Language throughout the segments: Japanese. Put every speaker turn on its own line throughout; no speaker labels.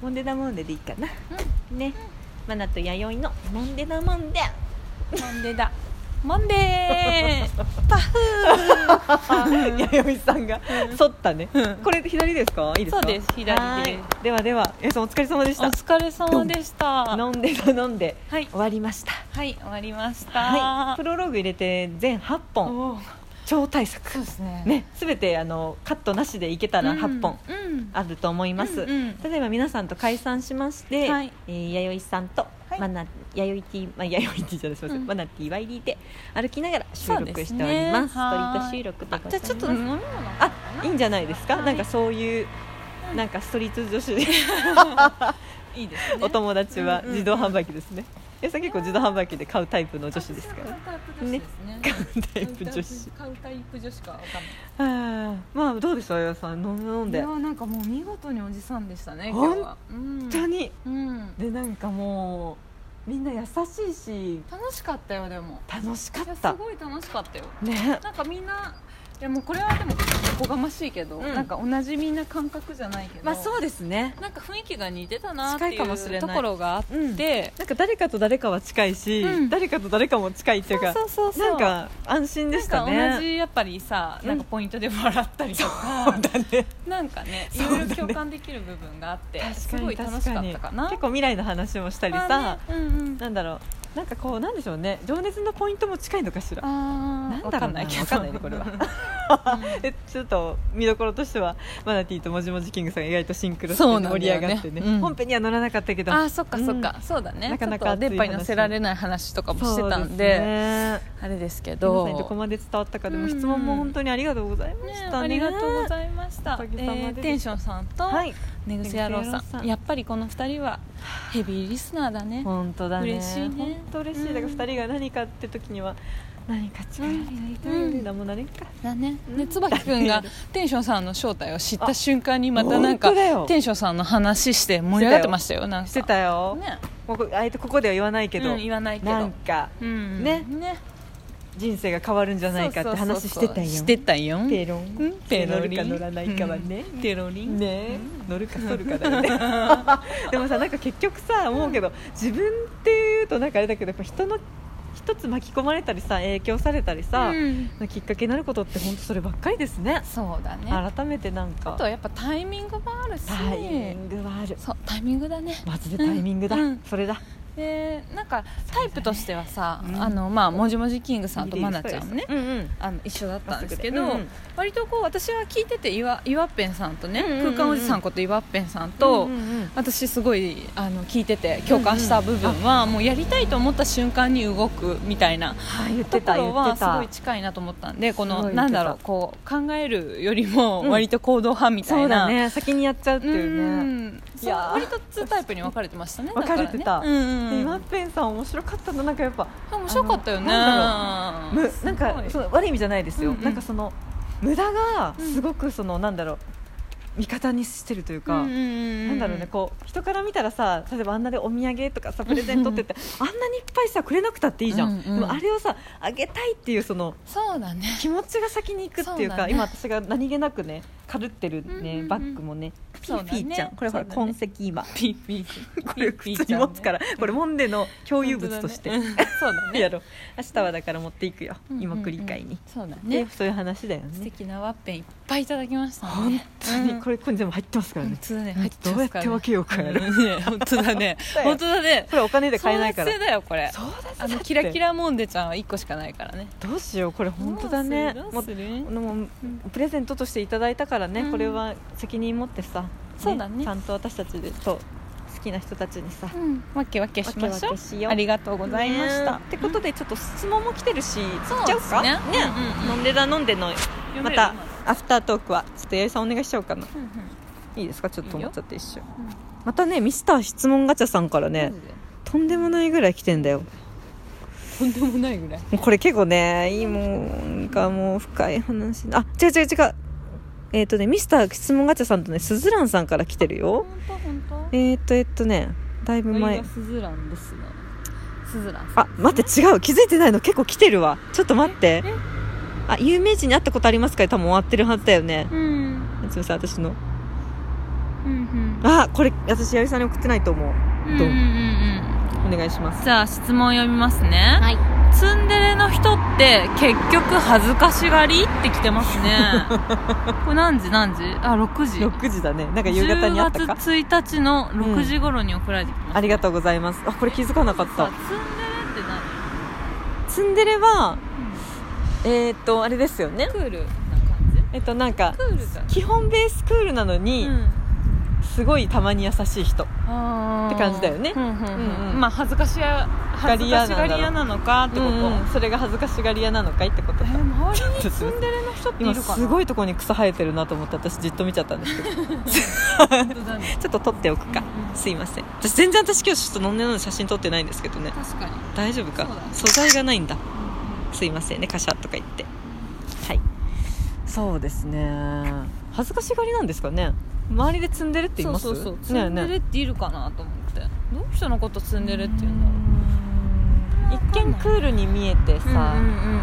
モンデダモンデでいいかな、ね、マナと弥生のモンデダモンデ
マンデーだマンデ ーパフー
弥生さんが剃ったね、
うん
これ左ですかいいですか
そうです左です
はいではでは弥生さんお疲れ様でし
お
た
疲れ様でしたは
飲んで飲んで
い
終わりました
はい終わりました
はい、プロローグ入れて全8本
おー
超大
そ
作
うですね
ねすべてあのカットなしでいけたら8本
うんうん
あると思います、
うんうん
例えば皆さんと解散しまして、
はい
えー弥生さんと、
はい
マナ弥生ティー、まあ、弥生ティーじゃないすみません、
うん
マナティー YD で歩きながら収
そう
録
で
して
す
お
ね
ります
はい
ストリート収録でございます
じゃあちょっと飲み物
あいいんじゃないですか、
はい
なんかそういう
うん
なんかストリート女子で、
いいですね
お友達は
うんうん
自動販売機ですね、いやさん結構自動販売機で買うタイプの女子ですから
カウンタープ女子ですね
買うタイプ女子
カウンターイプ女子かわかんない
あーまあどうでしょうあやさん飲ん飲ん
い
で
や
本
なんかもう見事におじさんでしたね
ほん
今日は本
当に
うん
でなんかもうみんな優しいし
楽しかったよでも
楽しかっ
いやす
た
ごい楽しかったよ
ね
なんかみんないやもうこれはでもおこがましいけど、
うん
なんか同じみんな感覚じゃないけど
まあそうですね
なんか雰囲気が似てたなってい
近いかもしれないう
ところがあっ
うん
て、
なんか誰かと誰かは近いし、
うん
誰かと誰かも近いっていうか
そうそうそうそう
なんか安心でしたね
なんか同じやっぱりさ
うん
なんかポイントで笑ったりとか、
だ ね
なんかねい
そうだね
ろいろ共感できる部分があって、
確
す
か
ごい
に
楽
確
しか
か
っ
に
たかな
結構未来の話もしたりさ、
あーねうんうん
なんだろうなんかこうなんでしょうね情熱のポイントも近いのかしら
あ
なん
ー
だろ
わか
うんな
ないけど
わかんないねこれは
うん
えちょっと見どころとしてはマナティーともじもじキングさんが意外とシンクロして
そうなんだ
盛
よ
り
ね
上がってね
うん
本編には乗らなかったけど
あーそっかそっか、そうだね
なかなか
ちょっと電波に乗せられない話とかもしてたんであれですけ
ど
ど
うどこまで伝わったかで
う
も
ん
質問も本当にありがとうございま
ね
し、たね
ありがとうございました、
お
え
かげさまで
ーテンションさんと
はい
寝癖野郎
寝癖野郎
さ
さ
ん,、
ん
やっぱりこの2人はヘビーリスナーだね
本当だね
嬉しいね
本当嬉しいだから
うん
2人が何かって時には何か力になりたい
うん
何もなれんか
だね
うん
で椿君がテンションさんの正体を知った瞬間にまたなん
本
か
当だよ
テンションさんの話して盛り上がってましたよなんか
してたよ
ね
もうあえてここでは言わないけど
うん言わないけど
なんか
うん
ね
ね
人生が変わるんじゃないかって話してたよ
そうそうそうしてたよ
ペロン
うんペロ
乗る
リン
か乗らないかはね
うんペロリン
ね乗るか反るかだよね でもさなんか結局さ思うけど、自分っていうとなんかあれだけどやっぱ人の一つ巻き込まれたりさ影響されたりさ、
うん
きっかけになることって本当そればっかりですね
そうだねあ
改めてなんか
とはやっぱタイミングもあるし
タイミングはある
そうタイミングだね
マジでタイミングだ、
うん
それだ
でなんかタイプとしてはさ、
うん
あのまあもじもじキングさんと
いいで
マ
す
ナちゃんもね
うんうん
あの一緒だったんですけど、
うんうん
割とこう私は聞いてて岩岩っぺんさんとね、
うんうんうんうん
空間おじさんこと岩っぺんさんと、
うんうんうん
私すごいあの聞いてて共感した部分は、もうやりたいと思った瞬間に動くみたいな
はい言って
とこ
た言
ろ
って
はす
た
ごい近いなと思ったんでこ
すご
の
い言ってた
なんだろうこう考えるよりも
うん
割と行動派みた
そ
いう
だ
な、
ね先にやっちゃうって
う
いうね
ん
いやー
割と2タイプに分かれてましたね
分かれてた
だらねうんうん
で今っぺんさん面白かったのなんかやっぱ
あ面白かったよね
あむなんか
す
そ
ごいう
悪い意味じゃないですよ、
うんうん
なんかその無駄がすごくその、なんだろう味方にしてるというか、
うんうんうん
なんだろうねこう人から見たらさ例えばあんなでお土産とかさプレゼントってってあんなにいっぱいさくれなくたっていいじゃん、
うんうん
でもあれをさあげたいっていうその
そうだね
気持ちが先に行くっていう
そう
か
だね
今私が何気なくねかるってる
うん
ね、
うんうん
バッグもねピ
そう
ー
だ
ピ
ね
ーちゃん、これほら
そうだ
痕
ね
跡今
ピーピー
これ普通に持つから、これモンデの共有物として、
本当だねうんそうだ ね
やろう明日はだから持っていくよ、
うんうんうん
今繰り返に、
そうだ
ね
ね
そういう話だよ
素
ね
敵なワッペンいっぱいいただきましたね
本当にこ
れ
れここに全部入ってますからね
本、当だね入ってますか
ど
らね
うやって分けようかやろ
うんね本当だね
だよ
本当だね
これお金で買えないから
争奪戦だよこれ
そうだぜだっ
あの
て
キラキラモンデちゃんは1個しかないからね
どうしようこれ本当だね
ど
も
うするどうする
うもうプレゼントとしていただいたからね、
うん
これは責任持ってさ、
そうだね
ちゃんと私たちでそう好きな人たちにさ、
うんわけわけしま
わ
し
け
ょ
わけしよう
うありがとうございました
ねってことでちょっと質問も来てるし、
そう
行っちゃうか
ですねうんうん
飲んでだ飲んでの
読
ま
める
たアフタートークはちょっと八重さんお願いしちゃおうかな
うんうん
いいですかちょっと
い
思
いよ
っちゃって一瞬またねミスター質問ガチャさんからね、とんでもないぐらい来てんだよ
とんでもないぐらい
もうこれ結構ねいいもうなんかもう深い話あ違う違う違うえっ、とねミスター質問ガチャさんとねすずらんさんから来てるよ
本当本当
えっ、とえっ、とねだいぶ前
スズランですねスズラン
あ待って違う気づいてないの結構来てるわちょっと待って
え
あ有名人に会ったことありますか多分終わってるはずだよね
うん
すみません私の
うんうん
あこれ私八木さんに送ってないと思う
うんうんうん
お願いします
じゃあ質問読みますね、
い
ツンデレの人って結局恥ずかしがりって来てます ねこれ何時何時あ6時
6時だねなんか夕方にあったか
10月1日の6時頃に送られてきました、
ありがとうございますあこれ気づかなかった
さツンデレって
ツンデレは
何、
えー、っとあれですよね
クールな感じ
えっとなんか
クールだ
基本ベースクールなのに、すごいたまに優しい人
あー
って感じだよね
うんうんうん
うんうん
まあ恥ずかしや恥ずかしがり屋なのかってこと、
うんうんそれが恥ずかしがり屋なのかいってこと
え
か
ー周りにツンデレの人ってい
今
るかな
すごいとこに草生えてるなと思って私じっと見ちゃったんですけどち
本当だね
ょっと撮っておくか
うんうん
すいません私全然私今日ちょっと飲んでるので写真撮ってないんですけどね
確かに、
大丈夫か
そうだね
素材がないんだすいませんねカシャとか言ってはいそうですね恥ずかしがりなんですかね周りでツンデレって言います
そうそうそうツ
ねえ
ン
ね
デレ
え
っているかなと思ってどういう人のことツンデレって言うんだろう
うーん一見クールに見えてさ、
うん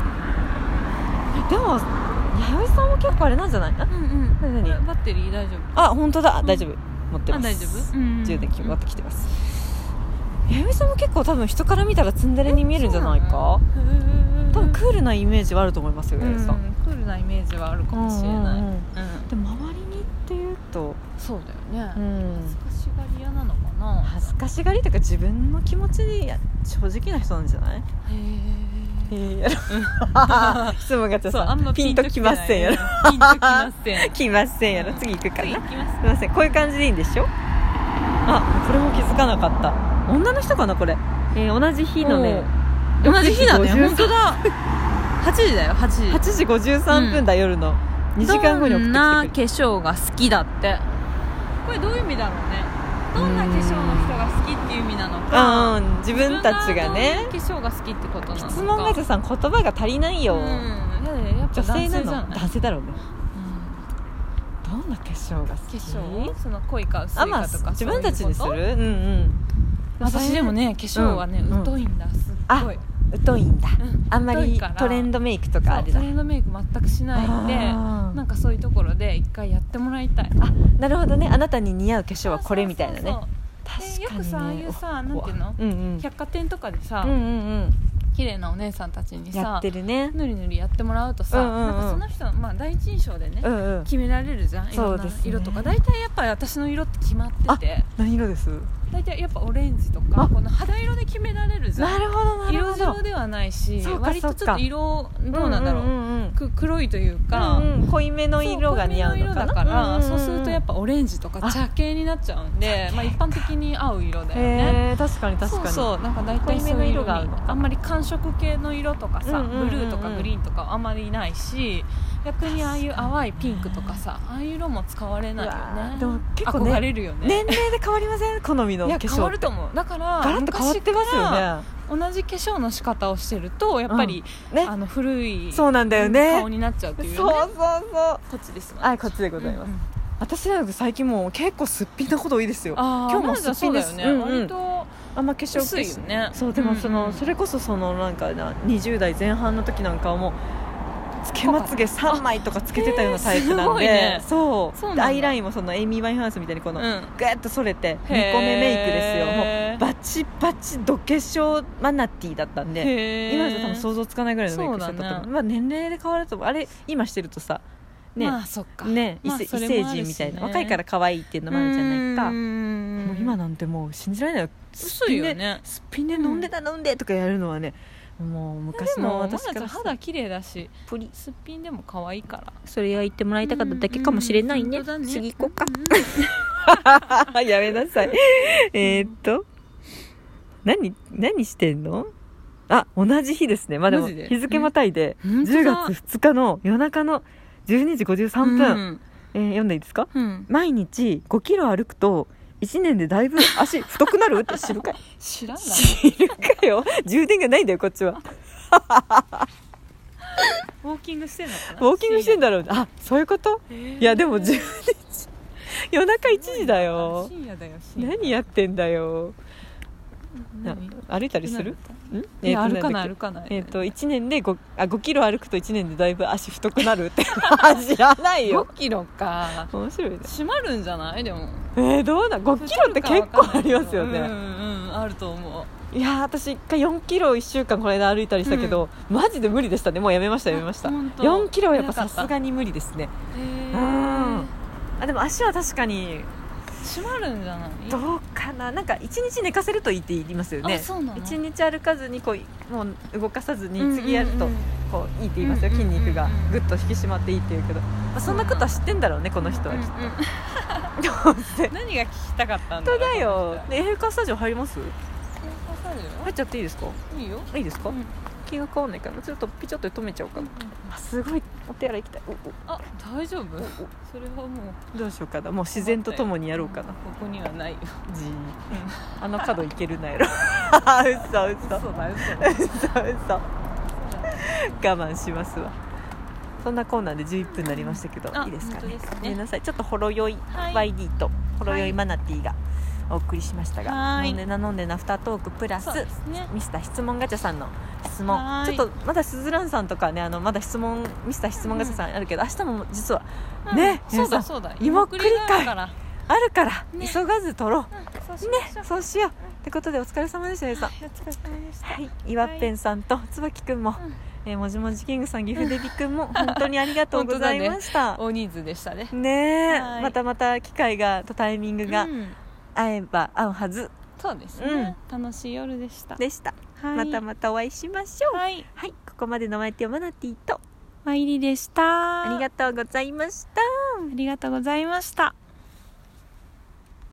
でも弥生さんも結構あれなんじゃないあ
うんうんうんうん
何々
バッテリー大丈夫
あ本当だ、
ん
大丈夫持ってます
あ大丈夫うんうんうん
充電器持ってきてます弥生さんも結構多分人から見たらツンデレに見えるんじゃないか
そうなの
多分クールなイメージはあると思いますよ
うん
弥生さん、
クールなイメージはあるかもしれない、
うんうんうん
うん
でも周りにっていうと、
そうだよね、
ん
恥ずかしがり屋なのかな
恥ずかしがりというか自分の気持ちに正直な人なんじゃない
へえ
やろ 質問がちょっ
そうあんま
とピンときませんやろ
ピンときません
来ませんやろ
うん
次行くか
次
な
行きます
すいませんこういう感じでいいんでしょあこれも気づかなかった女の人かなこれ、えー同じ日のね
同じ日だね
6時53
本当だ8時だよ8時
8時53分だ、夜の2時間後に送
どんな
ってき
化
てくれ
粧が好きだってこれどういう意味だろうねどんな化粧の人が好きっていう意味なのか
あーうん自分たちがね
自分がどういう化粧が好きってことなのか
質問が
う
ずさん言葉が足りないよ、
んやだやっ
女
ぱ男
性
性じ
な
ゃ
の
ない
男性だろうね
うん
どんな化粧が好
化
き
粧その濃いか薄い
あまあ
かとか
自
そういう
分
こと
たちにするうんうん
私でもね化粧はね
うん
疎いんだすっごい
疎いんだ
うん
あんま
太い
り
から
トレンドメイクとか
そ
あ
う
れ
ト
だ
レンドメイク全くしないんで
あー
なんかそういうところで一回やってもらいたい
あなるほどねあなたに似合う化粧はこれみたいな
そうそう
ね
そうで
確
よ
かにね
くさああいうさなんていうの
うんうん
百貨店とかでさ、
うんうん
綺麗なお姉さんたち
う
に
んや
さ
ってるね
ぬりぬりやってもらうとさ、
うんうんうん
なんかその人の、まあ、第一印象でね、
うんうん
決められるじゃんいろんな
そうですね
色とか大体やっぱり私の色って決まってて
何色です
大体やっぱオレンジとか
あ
この肌色で決められるじゃ
なんるほどなる
色
ほど
白ではないし
そうか
割とちょっと色どうなんだろう,、
んんん
く黒いというか、
うんうん濃いめの
そう
色が似合うのかな
濃めの色だから、
んんん
そうするとやっぱオレンジとか
あ
茶系になっちゃうんでまあ、一般的に合う色だよね
へえ確かに確かに
そうそうなんか大体そうい
濃い
う
めの色
色
が合
が
うのか
あんまり寒色系の色とかさ、
うんうんうんうん
ブルーとかグリーンとかあんまりないし逆にああいう淡いピンクとかさああいう色も使われないよ
うわ
ね
でも結構ね
憧れるよね
年齢で変わりません好みの
い
化
や
粧
変わると思うだから
ガラッと変わってますよね
昔から同じ化粧の仕方をしてるとやっぱり、
ね
あの古い
そうなんだよね
顔になっちゃうっていう、ね、
そうそうそう
こっちです
はいこっちでございます、私なんか最近もう結構すっぴんなこと多いですよあ
ああ
今日も
すっ
すっぴんです
ね、
うんうん
割と
んま化粧
薄いよね
そうでもその、
うんうん
それこそそのなんかな20代前半の時なんかはもうつけまつげ3枚とかつけてたようなタイプなんで、
えーすごい
そ
ね
う
そうなん
で
だ
アイラインもそのエイミー・ワインハウスみたいにこの、
うん
グッとそれて2個
へー
目メイクですよもうバチバチド化粧マナティーだったんで
へー
今じゃ多分想像つかないぐらいのメイクしてたと
そう
思
だ
う
ね
まあ、年齢で変わると思うあれ今してるとさね、
まあそっか
ね、異
まあ
性異
それ
性
もあるしね
人みたいな、若いから可愛いっていうのもあるじゃないか
うーん
もう今なんてもう信じられないよ
薄いよね
すっぴんで飲んでた飲んでとかやるのはねもう昔
で
の
もまだ
私
ちょ
か
っと
ら
肌綺麗だし
プリ
すっぴんでも可愛いから
それは言ってもらいたかっただけかもしれないね,、
うんうんうん本当だね
次行こうか やめなさ いえーっと何何してんのあ同じ日ですねまあでも
マジで
日付またいで
うん
10月2日の夜中の12時53分、えー読んでいいですか
うん、うん
毎日5キロ歩くと1年でだいぶ足太くなるって知るかい
知らない
知るかよ充電がないんだよこっちは
ウォーキングしてんのか
ウ
な
ォーキングしてん
だ
だろうあそういうこといやでも10時夜中1時だよ
深夜だよ深夜
何やってんだよな
何
歩いたりするん
い
え
や
ーと
歩かない
んだっ
歩かない
けえっ、と1年で 5, あ5キロ歩くと1年でだいぶ足太くなるって知らないよ
5キロか
面白いね
閉まるんじゃないでも
えー、どうなん5キロって結構ありますよね、
うんうんうんあると思う
いやー私1回4キロ1週間この間歩いたりしたけど、マジで無理でしたねもうやめましたやめました
あ本当
4キロはやっぱ
なか
さ
った
すがに無理ですね
へー
うんあでも足は確かに
閉まるんじゃない
どうかななんか1日寝かせるといいって言いますよね
あそうなの
1日歩かずにこうもう動かさずに
うんうんうん
次やるとこういいって言いますよ
うんうん
筋
うんうん
肉がぐっと引き締まっていいって言うけど、まあ、そんなことは知ってんだろうねこの人はきっ
うんうん
とどうせ
何が聞きたかったん
本当
だろう
だよねエフェカスタジオ入ります
この人
入っちゃっていいですか
いいよ
いいですか、
うん
気が変わんないからちょっとピチョッと止めちゃおうかなあすごいお手洗い行きたいお
あ大丈夫それはもう
おどうしようかなもう自然とともにやろうかな
ここにはないよ
じーあの角行けるなやろうそう
嘘だ
そ
嘘だ
そうそう我慢しますわそんなコーナーで11分になりましたけど
あ
いいですかね
本当ですね
ごめんなさいちょっとほろ酔い
はい
ワイディとほろ酔いマナティーがお送りしましたが「
はい
飲んでな飲んでなアフタートークプラス
そうですね」
ミスター質問ガチャさんの質問
は
ちょ
い
っとまだすずらんさんとかねあのまだ質問ミスター質問ガチャさんあるけど明日も実は
うん
ね
そ
皆さ
う
ん
だそうだ
芋栗会
があるから
あるから
ね
急がず取ろう
うんそうしましょ
ねそうしようってことでお疲れ様でしたねさん
うお疲れ様でした
はい、岩っぺんさんと椿くんも、えーもじもじキングさん岐阜デビくんも本当にありがとうございま した、
大人数でしたね
ねえ
はい
またまた機会がとタイミングが
うん
合えば合うはず
そうですね楽しい夜でした
でした、
はい
またまたお会いしましょうはい、
はい
ここまでのお相手はマナティと
まいりでした
ありがとうございました
ありがとうございました